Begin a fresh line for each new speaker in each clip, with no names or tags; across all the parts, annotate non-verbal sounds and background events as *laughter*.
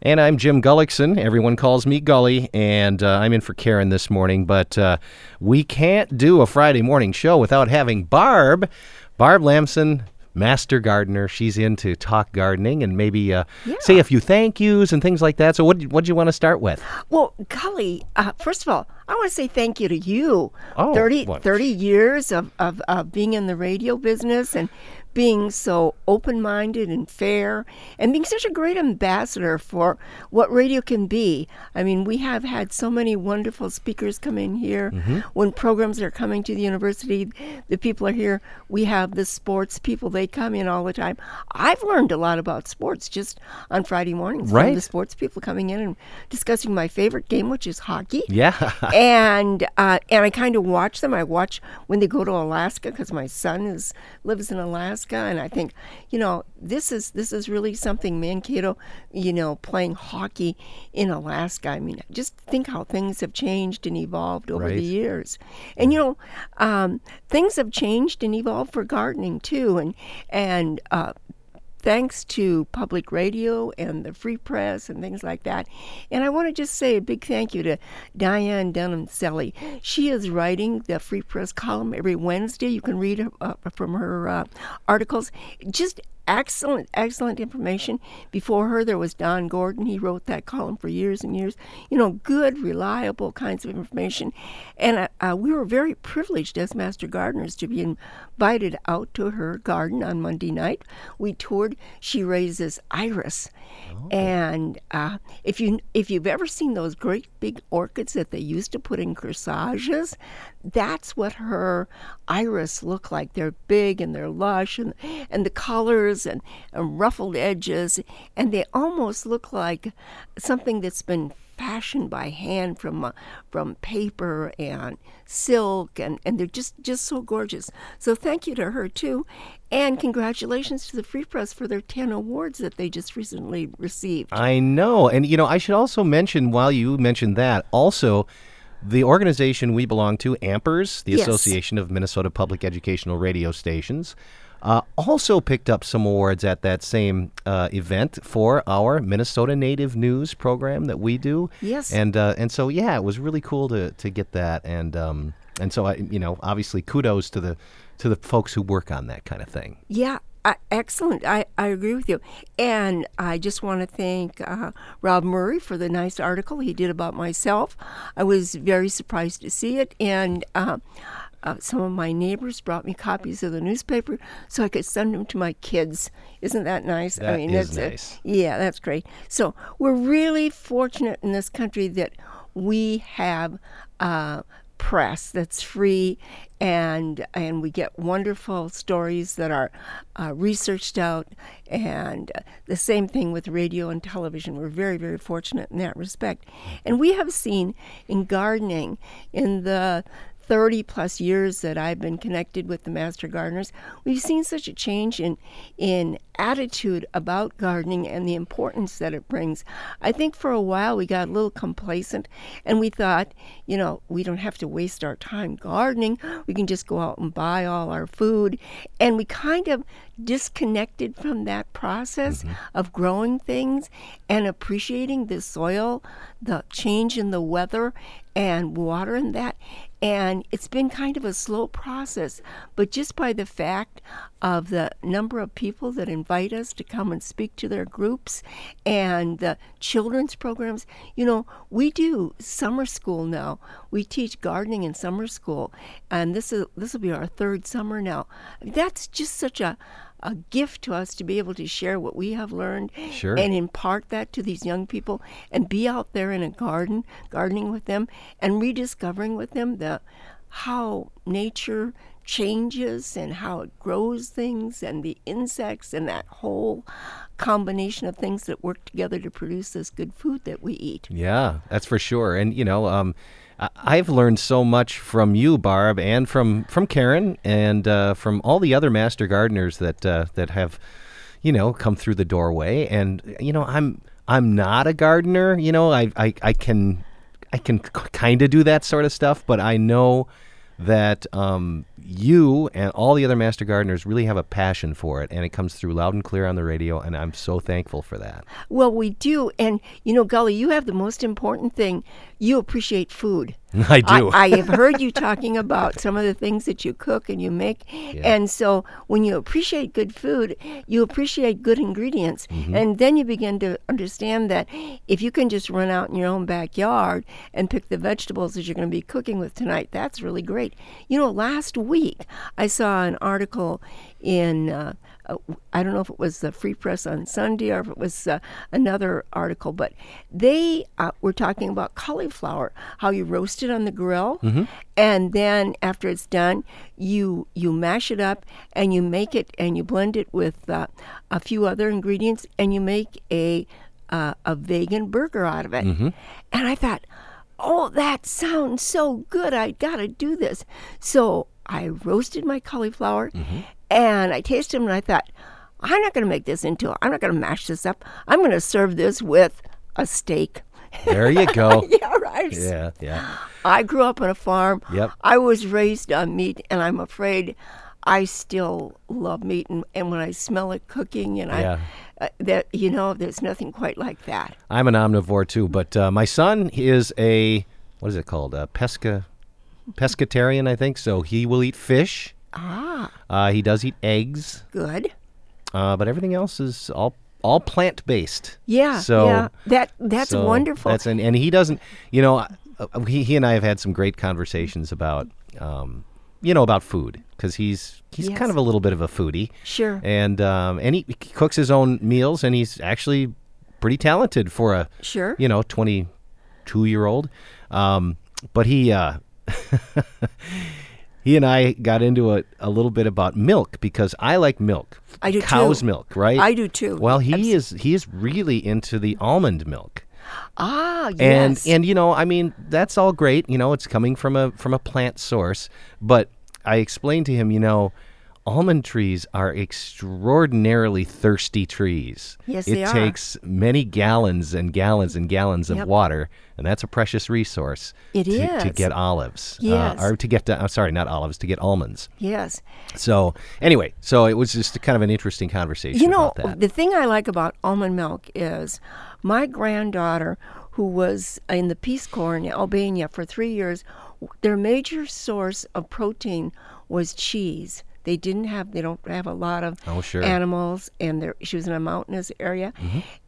And I'm Jim Gullickson. Everyone calls me Gully, and uh, I'm in for Karen this morning. But uh, we can't do a Friday morning show without having Barb, Barb Lamson, master gardener. She's into talk gardening and maybe uh, say a few thank yous and things like that. So, what what do you want to start with?
Well, golly, uh, first of all, I want to say thank you to you.
Oh,
30,
what?
30 years of, of, of being in the radio business and being so open minded and fair and being such a great ambassador for what radio can be. I mean, we have had so many wonderful speakers come in here.
Mm-hmm.
When programs are coming to the university, the people are here. We have the sports people, they come in all the time. I've learned a lot about sports just on Friday mornings. from
Right.
the sports people coming in and discussing my favorite game, which is hockey
Yeah. *laughs*
and uh, and I kind of watch them. I watch when they go to Alaska because my son is lives in Alaska, and I think you know this is this is really something Mankato, you know, playing hockey in Alaska. I mean, just think how things have changed and evolved over
Right.
the years, and you know, um, things have changed and evolved for gardening too, and and uh, thanks to public radio and the free press and things like that. And I want to just say a big thank you to Diane Dunham Selly. She is writing the free press column every Wednesday. You can read uh, from her uh, articles. Just excellent, excellent information. Before her, there was Don Gordon. He wrote that column for years and years. You know, good, reliable kinds of information. And uh, uh, we were very privileged as master gardeners to be invited out to her garden on Monday night. We toured. She raises iris, and uh, if you if you've ever seen those great big orchids that they used to put in corsages, that's what her iris look like. They're big and they're lush, and and the colors and, and ruffled edges, and they almost look like something that's been fashioned by hand from uh, from paper and silk and, and they're just just so gorgeous so thank you to her too and congratulations to the free press for their 10 awards that they just recently received
I know. And, you know, I should also mention, while you mentioned that, also the organization we belong to, AMPERS, the
Yes.
Association of Minnesota Public Educational Radio Stations, uh, also picked up some awards at that same uh, event for our Minnesota Native News program that we do.
Yes.
And uh, and so yeah, it was really cool to, to get that and um, and so I you know obviously kudos to the to the folks who work on that kind of thing.
Yeah, I, excellent. I, I agree with you. And I just want to thank uh, Rob Murray for the nice article he did about myself. I was very surprised to see it. And uh, uh, some of my neighbors brought me copies of the newspaper so I could send them to my kids. Isn't that nice?
That
I mean,
is
that's a-
nice.
yeah, that's great. So we're really fortunate in this country that we have uh, press that's free, and and we get wonderful stories that are uh, researched out, and uh, the same thing with radio and television. We're very very fortunate in that respect, and we have seen in gardening in the 30 plus years that I've been connected with the master gardeners, we've seen such a change in in attitude about gardening and the importance that it brings. I think for a while we got a little complacent and we thought, you know, we don't have to waste our time gardening. We can just go out and buy all our food and we kind of disconnected from that process of growing things and appreciating the soil, the change in the weather and water and that. And it's been kind of a slow process, but just by the fact of the number of people that invite us to come and speak to their groups and the children's programs, you know, we do summer school now. We teach gardening in summer school, and this is this will be our third summer now. That's just such a a gift to us to be able to share what we have learned
Sure.
and impart that to these young people and be out there in a garden gardening with them and rediscovering with them the how nature changes and how it grows things and the insects and that whole combination of things that work together to produce this good food that we eat.
Yeah, that's for sure. And you know, um, I- I've learned so much from you, Barb, and from from Karen, and uh, from all the other master gardeners that uh, that have, you know, come through the doorway. And you know, I'm I'm not a gardener. You know, I I, I can I can kind of do that sort of stuff, but I know that um, you and all the other Master Gardeners really have a passion for it, and it comes through loud and clear on the radio, and I'm so thankful for that. *laughs*
Well, we do. And, you know, Gully, you have the most important thing. You appreciate food.
I do.
I, I have heard you talking about some of the things that you cook and you make. And so when you appreciate good food, you appreciate good ingredients.
Mm-hmm.
And then you begin to understand that if you can just run out in your own backyard and pick the vegetables that you're going to be cooking with tonight, that's really great. You know, last week I saw an article in. Uh, uh, I don't know if it was the Free Press on Sunday or if it was uh, another article, but they uh, were talking about cauliflower, how you roast it on the grill, and then after it's done, you you mash it up and you make it and you blend it with uh, a few other ingredients and you make a uh, a vegan burger out of it. And I thought, oh, that sounds so good. I got to do this. So I roasted my cauliflower
Mm-hmm.
and I tasted them and I thought, I'm not going to make this into, I'm not going to mash this up. I'm going to serve this with a steak. *laughs*
There *laughs* you go.
yeah, right.
yeah, yeah.
I grew up on a farm.
Yep.
I was raised on meat, and I'm afraid I still love meat. And, and when I smell it cooking, and
Yeah.
I, uh, that you know, there's nothing quite like that.
I'm an omnivore too, but uh, my son is a what is it called? A pesca pescatarian, I think. So he will eat fish.
Ah,
Uh, he does eat eggs,
good.
uh, but everything else is all all plant based.
Yeah.
So
yeah. That that's
so
wonderful.
That's and and he doesn't. You know, uh, he he and I have had some great conversations about um, you know about food because he's he's
Yes.
kind of a little bit of a foodie.
Sure.
And um, and he, he cooks his own meals, and he's actually pretty talented for a
Sure.
you know, 22 year old. Um, but he, uh, *laughs* he and I got into a, a little bit about milk because I like milk.
I do
Cow's
too.
milk, right?
I do too.
Well, he is he is really into the almond milk.
ah,
And
yes.
and you know, I mean, that's all great, you know, it's coming from a from a plant source, but I explained to him, you know, almond trees are extraordinarily thirsty trees.
Yes,
it
they are.
takes many gallons and gallons and gallons
Yep.
of water, and that's a precious resource
It
to, to
is.
get olives. uh,
Yes.
or to get I'm sorry, not olives, to get almonds.
yes.
So, anyway, so it was just kind of an interesting conversation
You know,
about that.
the thing I like about almond milk is my granddaughter, who was in the Peace Corps in Albania for three years, their major source of protein was cheese. They didn't have, they don't have a lot of
Oh, sure. Mm-hmm.
animals, and there, she was in a mountainous area.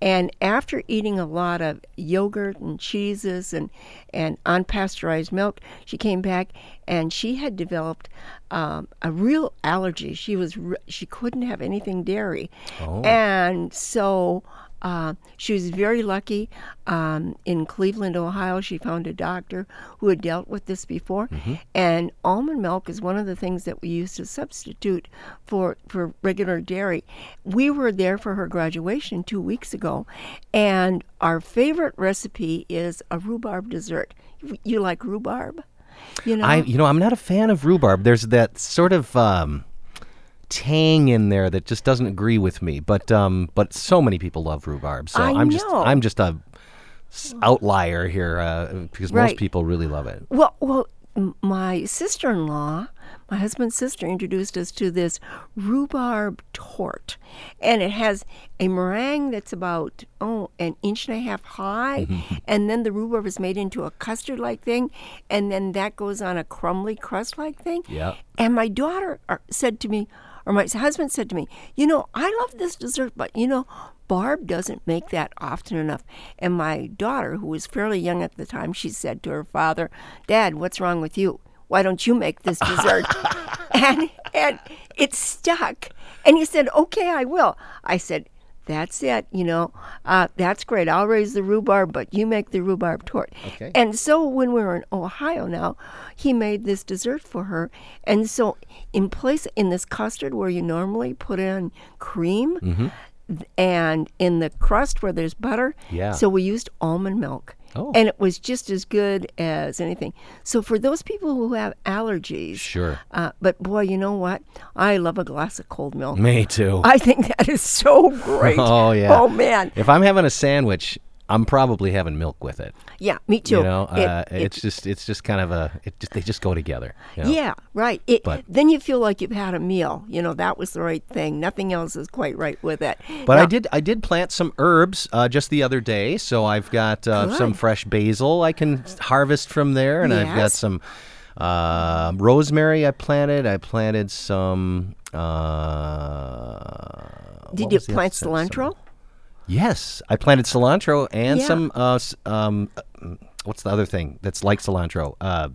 And after eating a lot of yogurt and cheeses and, and unpasteurized milk, she came back and she had developed um, a real allergy. She was re- she couldn't have anything dairy, and so. Uh, she was very lucky. Um, in Cleveland, Ohio, she found a doctor who had dealt with this before, and almond milk is one of the things that we use to substitute for for regular dairy. We were there for her graduation two weeks ago, and our favorite recipe is a rhubarb dessert. You like rhubarb? You know,
I you know I'm not a fan of rhubarb. There's that sort of um, tang in there that just doesn't agree with me. But um, but so many people love rhubarb, so
I
am just
know.
I'm just a s- outlier here uh, because
Right.
most people really love it.
Well, well, m- my sister-in-law, my husband's sister, introduced us to this rhubarb tort, and it has a meringue that's about oh an inch and a half high, and then the rhubarb is made into a custard-like thing, and then that goes on a crumbly crust-like thing.
Yeah.
And my daughter uh, said to me, or my husband said to me, you know, I love this dessert, but you know, Barb doesn't make that often enough. And my daughter, who was fairly young at the time, she said to her father, Dad, what's wrong with you? Why don't you make this dessert? and, and it stuck. And he said, Okay, I will. I said, that's it, you know. Uh, that's great. I'll raise the rhubarb, but you make the rhubarb tort.
Okay.
And so when we were in Ohio now, he made this dessert for her. And so in place in this custard where you normally put in cream th- and in the crust where there's butter,
Mm-hmm. Yeah.
so we used almond milk.
Oh.
And it was just as good as anything. So for those people who have allergies,
Sure.
Uh, but boy, you know what? I love a glass of cold milk.
Me too.
I think that is so great.
*laughs* Oh, yeah.
Oh man.
if I'm having a sandwich, I'm probably having milk with it.
Yeah, me too.
You know,
It-
uh,
it-
it's just it's just kind of a it just, they just go together. you know?
Yeah, right. It,
But-
then you feel like you've had a meal. You know, that was the right thing. Nothing else is quite right with it.
But I
Now-
did I did plant some herbs uh, just the other day, so I've got uh, some
Good.
fresh basil I can harvest from there, and I've got
Yes.
some uh, rosemary I planted. I planted some. Uh,
Did
what
you
was the other
plant
thing? Some-
cilantro?
Yes, I planted cilantro and
Yeah.
some. Uh, s- um, uh, mm, what's the other thing that's like cilantro? Uh,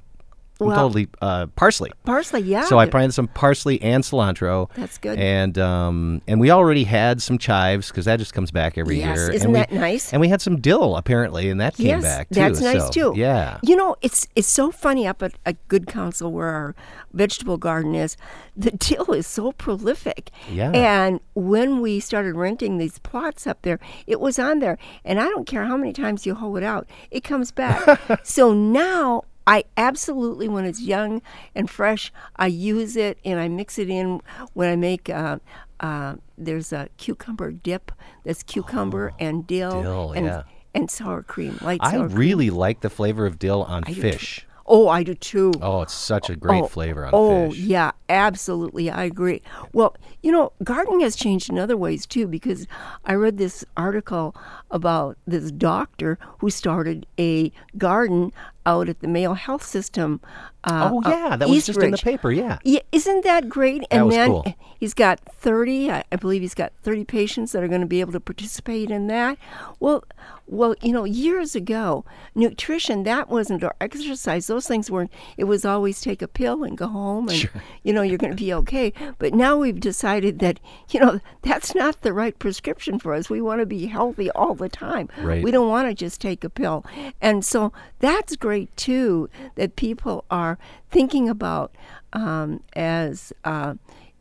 I'm
Well-
totally uh, parsley.
Parsley, yeah.
So I
the-
planted some parsley and cilantro.
Oh. That's good.
And um, and we already had some chives because that just comes back every
Yes,
year. And
isn't
we-
that nice?
And we had some dill apparently, and that came
yes,
back too.
that's nice
so,
too.
Yeah.
You know, it's it's so funny up at a good council where our vegetable garden is. The *laughs* dill is so prolific.
Yeah.
And when we started renting these plots up there, it was on there, and I don't care how many times you hoe it out, it comes
*laughs*
back. so now. I absolutely, when it's young and fresh, I use it and I mix it in when I make. Uh, uh, there's a cucumber dip that's cucumber and dill,
Oh, dill,
and
yeah.
and sour cream, light
I
sour cream.
really like the flavor of dill on
do too.
fish.
Oh, I do too.
Oh, it's such a great flavor on
oh,
fish.
yeah, absolutely. I agree. Well, you know, gardening has changed in other ways too because I read this article about this doctor who started a garden out at the Mayo Health System. Uh,
Oh
uh,
yeah, that was just in the
Eastridge.
paper. Yeah.
Yeah, isn't that great? and
was
then
cool.
he's got 30, I, I believe he's got 30 patients that are going to be able to participate in that. Well, well, you know, years ago, nutrition that wasn't or exercise; those things weren't. It was always take a pill and go home, and you know you're going to be okay. But now we've decided that you know that's not the right prescription for us. We want to be healthy all the time.
Right.
We don't don't want to just take a pill. And so that's great too that people are thinking about um, as uh,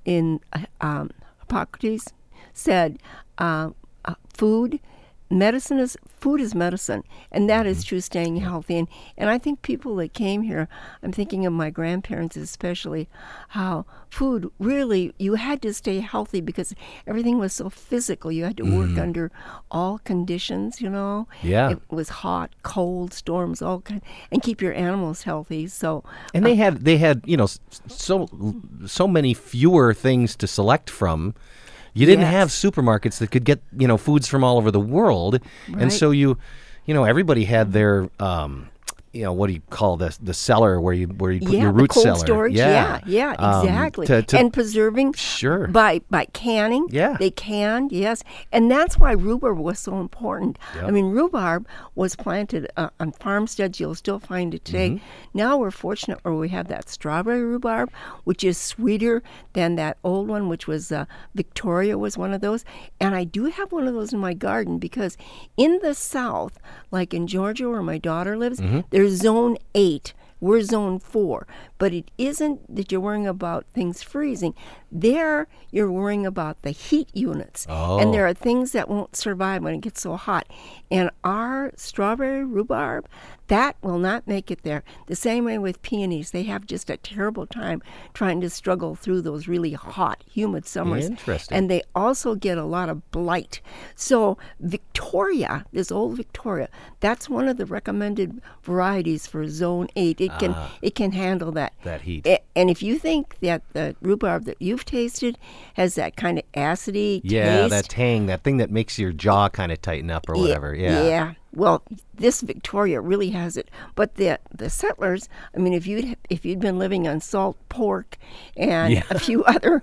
in uh, um, Hippocrates said, uh, uh, food, medicine is food is medicine, and that is true. Staying healthy, and and I think people that came here, I'm thinking of my grandparents especially, how food really you had to stay healthy because everything was so physical. You had to work under all conditions, you know.
Yeah.
It was hot, cold, storms, all kind, and keep your animals healthy. So
And they had they had you know s- so so many fewer things to select from. You didn't
Yes.
have supermarkets that could get you know foods from all over the world,
Right.
and so you you know everybody had their um, you know what do you call this the cellar where you where you put
yeah,
your
the
root
cold
cellar
storage. Yeah, yeah,
Um,
exactly.
to- to-
and preserving
Sure.
by by canning.
Yeah.
they canned. Yes, and that's why rhubarb was so important. I mean, rhubarb was planted uh, on farmsteads. You'll still find it today.
Mm-hmm.
Now we're fortunate where we have that strawberry rhubarb, which is sweeter than that old one, which was uh, Victoria was one of those. And I do have one of those in my garden because in the South, like in Georgia where my daughter lives,
Mm-hmm.
there's zone eight. We're zone four, but it isn't that you're worrying about things freezing. There, you're worrying about the heat units. And there are things that won't survive when it gets so hot. And our strawberry rhubarb, that will not make it there. The same way with peonies, they have just a terrible time trying to struggle through those really hot, humid summers.
Interesting.
And they also get a lot of blight. So, Victoria, this old Victoria, that's one of the recommended varieties for zone 8. It can it can handle that.
Ah. That heat.
A- And if you think that the rhubarb that you've tasted has that kind of acidy
yeah,
taste,
that tang, that thing that makes your jaw kind of tighten up or
yeah,
whatever. Yeah.
yeah. Well, this Victoria really has it. But the the settlers, I mean, if you'd if you'd been living on salt pork and a few *laughs* other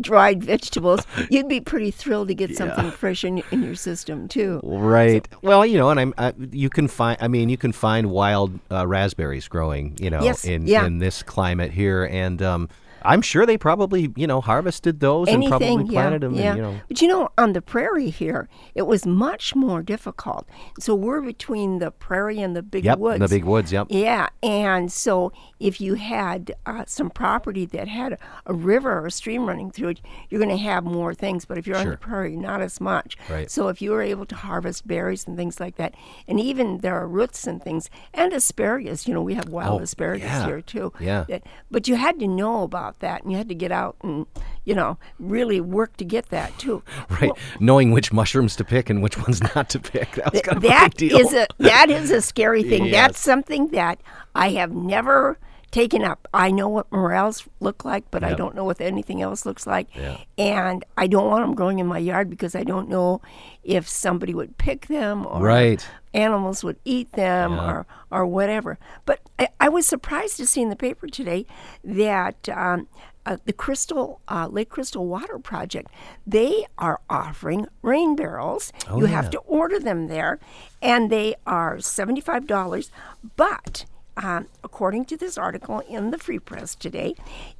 dried vegetables, you'd be pretty thrilled to get something fresh in, in your system too.
Right. well, you know, and I'm I, you can find. I mean, you can find wild uh, raspberries growing. You know,
Yes,
in
yeah.
in this climate here, and um, I'm sure they probably you know harvested those and probably planted them. And, you know,
But you know, on the prairie here, it was much more difficult. So we're between the prairie and the big
yep, in
woods.
the big woods. Yep.
Yeah, and so if you had uh, some property that had a, a river or a stream running through it, you're going to have more things. But if you're on
Sure.
the prairie, not as much.
Right.
So if you were able to harvest berries and things like that, and even there are roots and things, and asparagus. You know, we have wild asparagus
Oh, yeah.
here too.
Yeah.
that- but you had to know about about that, and you had to get out and you know really work to get that
*laughs*
too.
*laughs* Right. Knowing which mushrooms to pick and which ones not to pick. *laughs* That was
Th-
kind of a big
that
deal.
is a that is a scary
*laughs*
thing.
Yes.
That's something that I have never taken up. I know what morels look like, but I
Yep.
don't know what anything else looks like.
Yeah.
And I don't want them growing in my yard because I don't know if somebody would pick them or
Right.
animals would eat them
Yeah.
or or whatever. But I, I was surprised to see in the paper today that um, uh, the Crystal uh, Lake Crystal Water Project they are offering rain barrels. you have to order them there, and they are seventy five dollars. But um, according to this article in the Free Press today,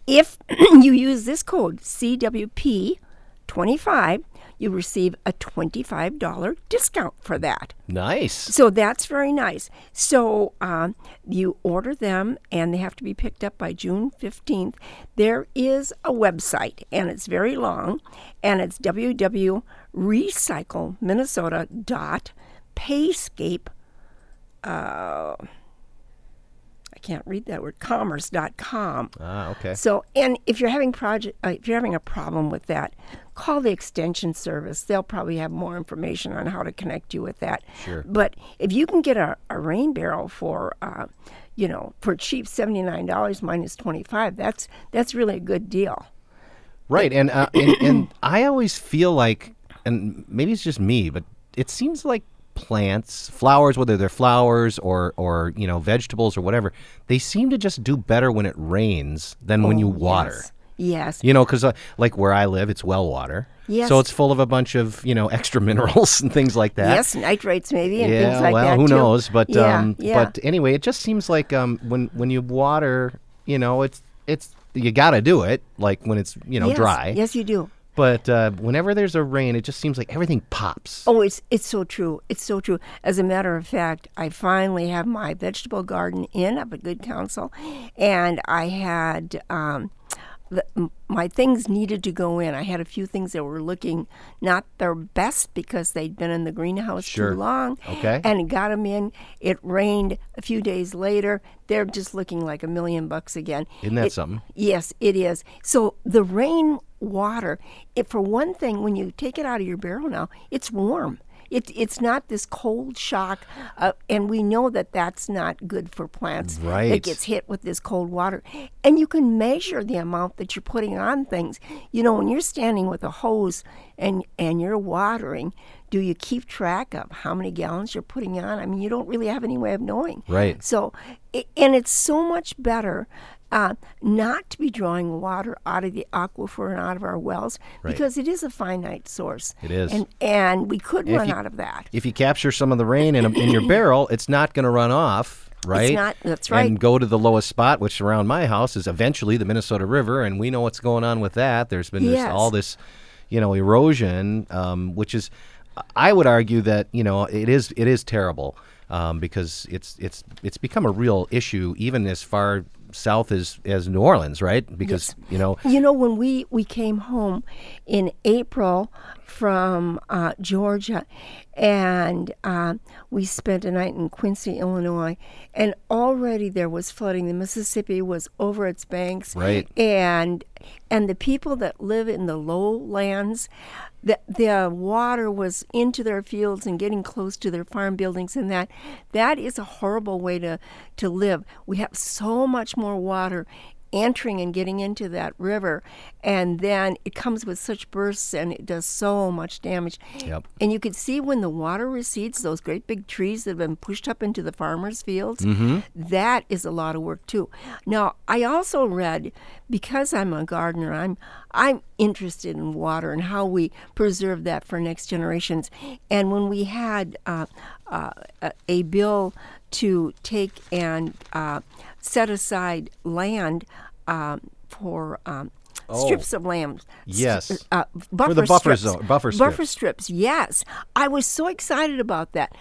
if *clears throat* you use this code CWP. 25 you receive a $25 discount for that
Nice.
so that's very nice. So um, you order them, and they have to be picked up by June fifteenth. There is a website, and it's very long, and it's www.recycleminnesota.payscape. Uh, I can't read that word. Commerce.com.
Ah, okay.
So, and if you're having project, uh, if you're having a problem with that, call the extension service. They'll probably have more information on how to connect you with that. Sure. But if you can get a, a rain barrel for, uh, you know, for cheap seventy nine dollars minus twenty five, that's that's really a good deal.
Right, and, uh,
*coughs*
and and I always feel like, and maybe it's just me, but it seems like plants, flowers, whether they're flowers or or you know vegetables or whatever, they seem to just do better when it rains than when you water.
Oh, Yes. Yes.
You know, because uh, like where I live, it's well water,
Yes.
so it's full of a bunch of you know *laughs* extra minerals and things like that.
Yes, nitrates maybe and
Yeah,
things like
well,
that.
who
too.
knows? But
yeah,
um,
yeah.
but anyway, it just seems like um, when when you water, you know, it's it's you got to do it like when it's you know
yes,
dry.
Yes, you do.
But uh, whenever there's a rain, it just seems like everything pops.
Oh, it's it's so true. It's so true. As a matter of fact, I finally have my vegetable garden in up at Good Counsel, and I had um, the, m- my things needed to go in. I had a few things that were looking not their best because they'd been in the greenhouse
Sure.
too long.
Okay.
and got them in. It rained a few days later. They're just looking like a million bucks again.
Isn't that
It-
something?
Yes, it is. So the rain water, it, for one thing, when you take it out of your barrel now, it's warm. It, it's not this cold shock, uh, and we know that that's not good for plants.
Right.
It gets hit with this cold water, and you can measure the amount that you're putting on things. You know, when you're standing with a hose and and you're watering, do you keep track of how many gallons you're putting on? I mean, you don't really have any way of knowing.
Right.
So, i- and it's so much better uh, not to be drawing water out of the aquifer and out of our wells because it is a finite source.
It is.
And, and we could run
you-
out of that.
If you capture some of the rain in, a, in your barrel, it's not going to run off, right?
not- that's right.
And go to the lowest spot, which around my house is eventually the Minnesota River, and we know what's going on with that. There's been just
Yes.
all this, you know, erosion, um, which is, I would argue that you know it is it is terrible um, because it's it's it's become a real issue even as far south as as New Orleans, right? Because you know,
You know, when we, we came home in April from uh, Georgia, and uh, we spent a night in Quincy, Illinois, and already there was flooding. The Mississippi was over its banks,
Right.
And and the people that live in the lowlands, the the water was into their fields and getting close to their farm buildings, and that that is a horrible way to to live. We have so much more water entering and getting into that river and then it comes with such bursts and it does so much damage
Yep.
and you could see when the water recedes those great big trees that have been pushed up into the farmers fields that is a lot of work too now i also read because i'm a gardener i'm i'm interested in water and how we preserve that for next generations and when we had uh, uh, a- a bill to take and uh, set aside land um, for um, strips of land.
Yes.
uh, buffer
the buffer
strips.
zone- buffer
Buffer strips. Yes, I was so excited about that.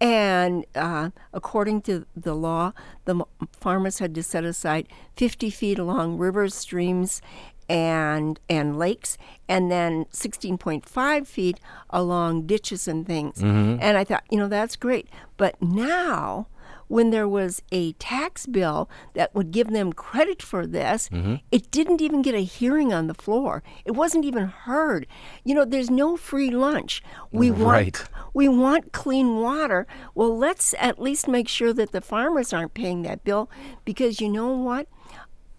And uh, according to the law, the m- farmers had to set aside 50 feet along rivers, streams, and and lakes, and then 16.5 feet
Mm-hmm.
along ditches and things. And I thought, you know, that's great. But now when there was a tax bill that would give them credit for this, it didn't even get a hearing on the floor. It wasn't even heard. You know, there's no free lunch. We
Right.
want we want clean water. Well, let's at least make sure that the farmers aren't paying that bill because you know what?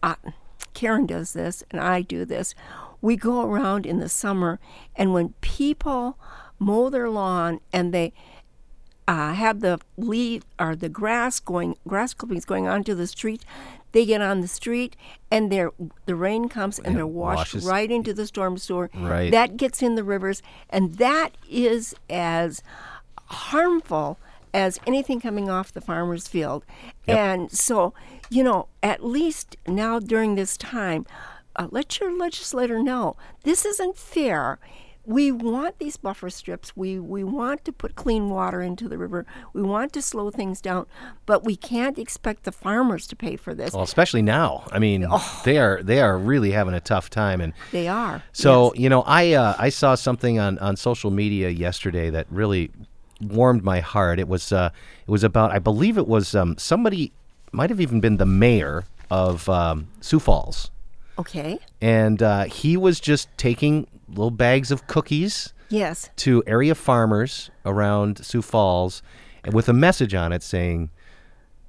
Uh, Karen does this and I do this. We go around in the summer, and when people mow their lawn and they uh, have the leaf or the grass going, grass clippings going onto the street, they get on the street and they're, the rain comes and, they're washed
washes-
right into the storm sewer.
Right.
That gets in the rivers, and that is as harmful as anything coming off the farmer's field. And so, you know, at least now during this time, uh, let your legislator know this isn't fair. We want these buffer strips. We, we want to put clean water into the river. We want to slow things down, but we can't expect the farmers to pay for this.
Well, especially now. I mean, they are they are really having a tough time, and
They are.
So you know, I uh, I saw something on on social media yesterday that really warmed my heart. It was uh, it was about I believe it was um, somebody might have even been the mayor of um, Sioux Falls,
Okay.
and uh, he was just taking little bags of cookies
Yes.
to area farmers around Sioux Falls and with a message on it saying,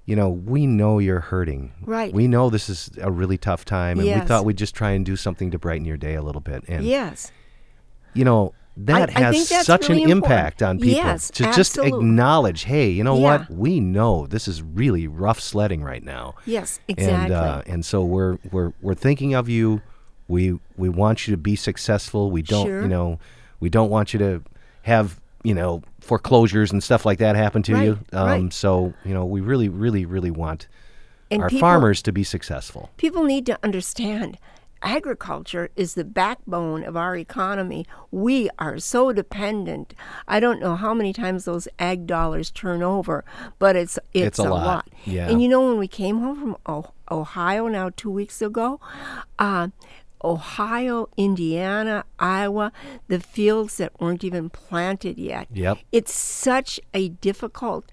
you know, we know you're hurting.
Right.
We know this is a really tough time, and we
Yes.
thought we'd just try and do something to brighten your day a little bit. And
Yes.
you know that
I
has
think that's
such
really
an
important.
impact on people
Yes,
to just
absolute.
acknowledge hey you know what
Yeah.
we know this is really rough sledding right now
Yes.
and
Exactly.
uh, and so we're we're we're thinking of you we we want you to be successful we don't
Sure.
you know we don't want you to have you know foreclosures and stuff like that happen to you Um,
Right, right.
so you know we really really really want
and
our
people,
farmers to be successful
people need to understand agriculture is the backbone of our economy. We are so dependent. I don't know how many times those ag dollars turn over, but it's
It's
it's,
a lot, yeah.
And you know when we came home from o- Ohio now 2 weeks ago, uh, Ohio, Indiana, Iowa, the fields that weren't even planted yet.
Yep.
It's such a difficult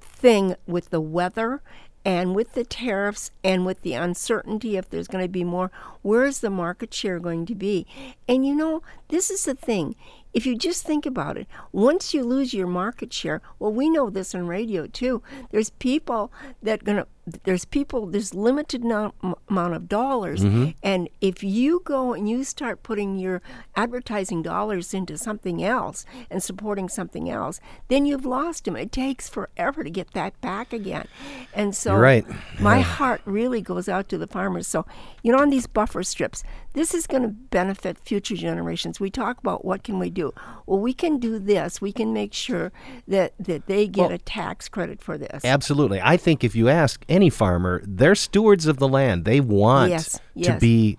thing with the weather and with the tariffs and with the uncertainty if there's going to be more. Where is the market share going to be? And you know, this is the thing. If you just think about it, once you lose your market share, well, we know this in radio too. There's people that gonna there's people there's limited no- m- amount of dollars,
Mm-hmm.
and if you go and you start putting your advertising dollars into something else and supporting something else, then you've lost them. It takes forever to get that back again, and so
You're right.
my heart really goes out to the farmers. So, you know, on these buffer strips, this is going to benefit future generations. We talk about what can we do. Well, we can do this. We can make sure that that they get a tax credit for this.
Absolutely. I think if you ask any farmer, they're stewards of the land. They want
Yes,
to
yes.
be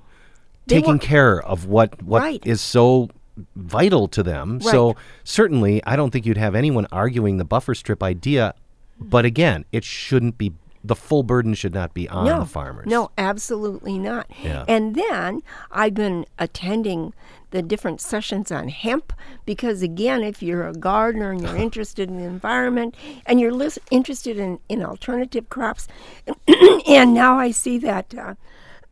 taking
want-
care of what what is
Right.
so vital to them. So certainly I don't think you'd have anyone arguing the buffer strip idea, but again, it shouldn't be the full burden should not be on the farmers.
No, absolutely not.
Yeah.
And then I've been attending the different sessions on hemp because, again, if you're a gardener and you're
*laughs*
interested in the environment and you're lis- interested in, in alternative crops, *clears throat* and now I see that. Uh, *clears throat*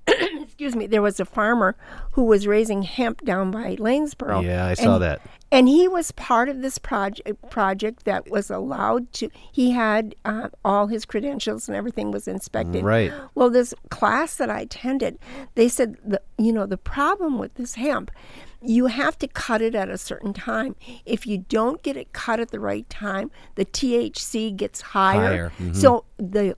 Excuse me. There was a farmer who was raising hemp down by Lanesboro.
Yeah, I
and-
saw that.
and he was part of this project project that was allowed to. He had uh, all his credentials and everything was inspected.
Right.
Well, this class that I attended, they said, the, you know, the problem with this hemp, you have to cut it at a certain time. If you don't get it cut at the right time, the THC gets higher.
Higher,
So the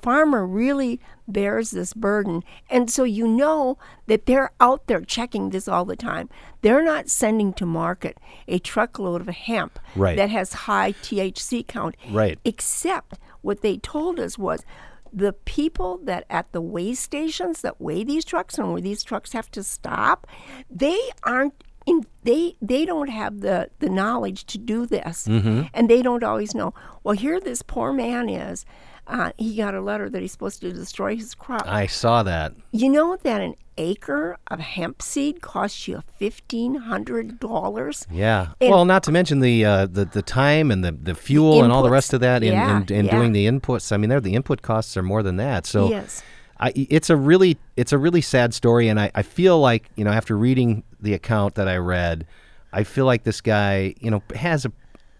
farmer really bears this burden. And so you know that they're out there checking this all the time. They're not sending to market a truckload of hemp
Right.
that has high THC count.
Right.
Except what they told us was the people that at the weigh stations that weigh these trucks and where these trucks have to stop, they aren't in, they they don't have the the knowledge to do this, and they don't always know. Well, here this poor man is. Uh, he got a letter that he's supposed to destroy his crop.
I saw that.
You know that an acre of hemp seed costs you fifteen hundred dollars.
Yeah.
And-
well, not to mention the uh, the the time and the, the fuel and all the
inputs.
rest of that, and
Yeah,
and, and
yeah.
doing the inputs. I mean, there the input costs are more than that. So
Yes.
I, it's a really it's a really sad story, and I, I feel like you know after reading the account that I read, I feel like this guy you know has a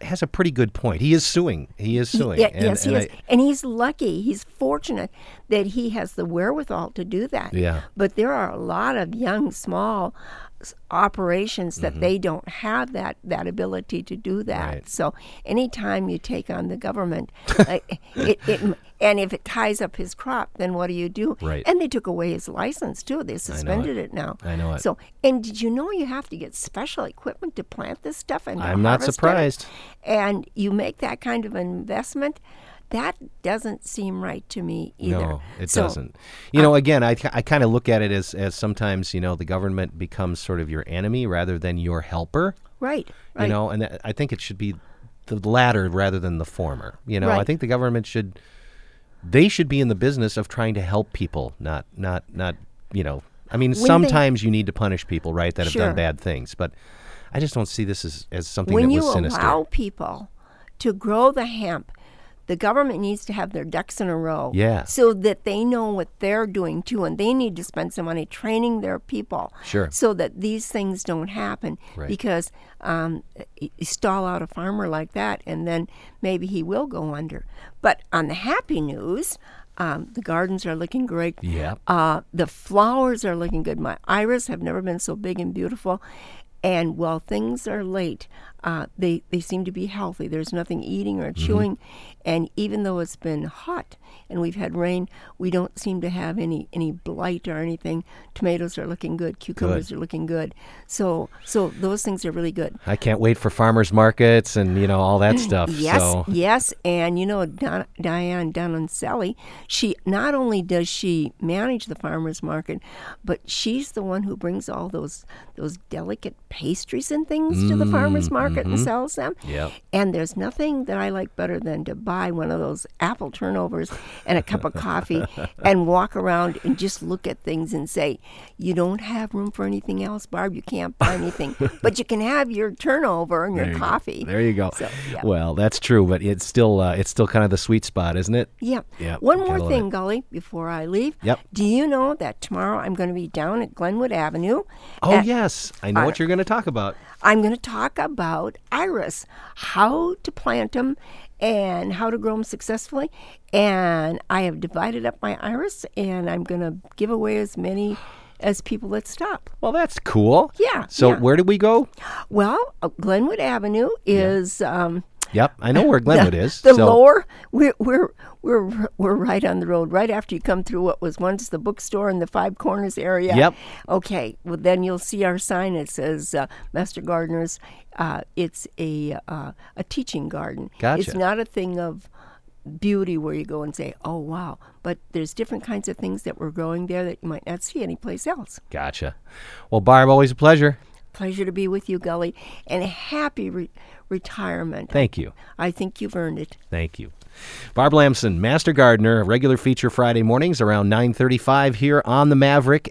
has a pretty good point. He is suing. He is suing.
Yeah,
and,
yes,
and
he is.
I-
and he's lucky. He's fortunate that he has the wherewithal to do that.
Yeah.
But there are a lot of young, small s- operations that they don't have that, that ability to do that.
Mm-hmm. Right.
So anytime you take on
*laughs*
the government, like, it, it, m- and if it ties up his crop, then what do you do?
Right.
And they took away his license too. They suspended it. now.
I know it.
So, and did you know you have to get special equipment to plant this stuff? And to
I'm not
harvest it?
surprised.
and you make that kind of investment, that doesn't seem right to me either.
No, it
So,
doesn't. You know, again, I, I kind of look at it as, as sometimes, you know, the government becomes sort of your enemy rather than your helper,
Right, right.
you know, and that, I think it should be the latter rather than the former. You know, I
Right.
think the government should, they should be in the business of trying to help people, not, not, not, you know, I mean,
they-
sometimes you need to punish people, right, that have
Sure.
done bad things, but I just don't see this as, as something
when
that
you
was sinister.
allow people to grow the hemp, the government needs to have their ducks in a row
Yeah.
so that they know what they're doing too, and they need to spend some money training their people
Sure.
so that these things don't happen.
Right.
Because um, y- you stall out a farmer like that, and then maybe he will go under. But on the happy news, um, the gardens are looking great.
Yeah.
Uh, the flowers are looking good. My iris have never been so big and beautiful. And while things are late, uh, they, they seem to be healthy. There's nothing eating or chewing. And even though it's been hot and we've had rain, we don't seem to have any, any blight or anything. Tomatoes are looking good. Cucumbers are looking good. So, so those things are really good.
I can't wait for farmers markets and, you know, all
*laughs*
that stuff.
Yes,
So.
yes, and you know Don, Diane Donancelli. She not only does she manage the farmers market, but she's the one who brings all those those delicate pastries and things to the farmers market and sells them.
Mm, mm-hmm. Yep.
And there's nothing that I like better than to buy one of those apple turnovers and a cup
*laughs*
of coffee and walk around and just look at things and say, "You don't have room for anything else, Barb. You can't buy
*laughs*
anything, but you can have your turnover and your
There you go.
coffee."
There you go.
So, yeah.
Well, that's true, but it's still uh, it's still kind of the sweet spot, isn't it?
Yeah.
Yeah,
One
gotta
more
love
thing, Gully, before I leave.
Yep.
Do you know that tomorrow I'm going to be down at Glenwood Avenue?
Oh
and
yes, I
Uh,
know what you're going to talk about.
I'm going to talk about iris, how to plant them and how to grow them successfully. And I have divided up my iris and I'm going to give away as many as people that stop.
Well, that's cool.
Yeah,
So
yeah.
where did we go?
Well, uh, Glenwood Avenue is. Um,
Yep, I know where Glenwood is.
*laughs* The
so
lower we're we're we're we're right on the road, right after you come through what was once the bookstore in the Five Corners area.
Yep.
Okay. Well, then you'll see our sign. It says uh, Master Gardeners. Uh, it's a uh, a teaching garden.
Gotcha.
It's not a thing of beauty where you go and say, "Oh wow!" But there's different kinds of things that we're growing there that you might not see anyplace else.
Gotcha. Well, Barb, always a pleasure.
Pleasure to be with you, Gully, and happy re- retirement.
Thank you.
I think you've earned it.
Thank you. Barb Lamson, Master Gardener, a regular feature Friday mornings around 9:35 here on the Maverick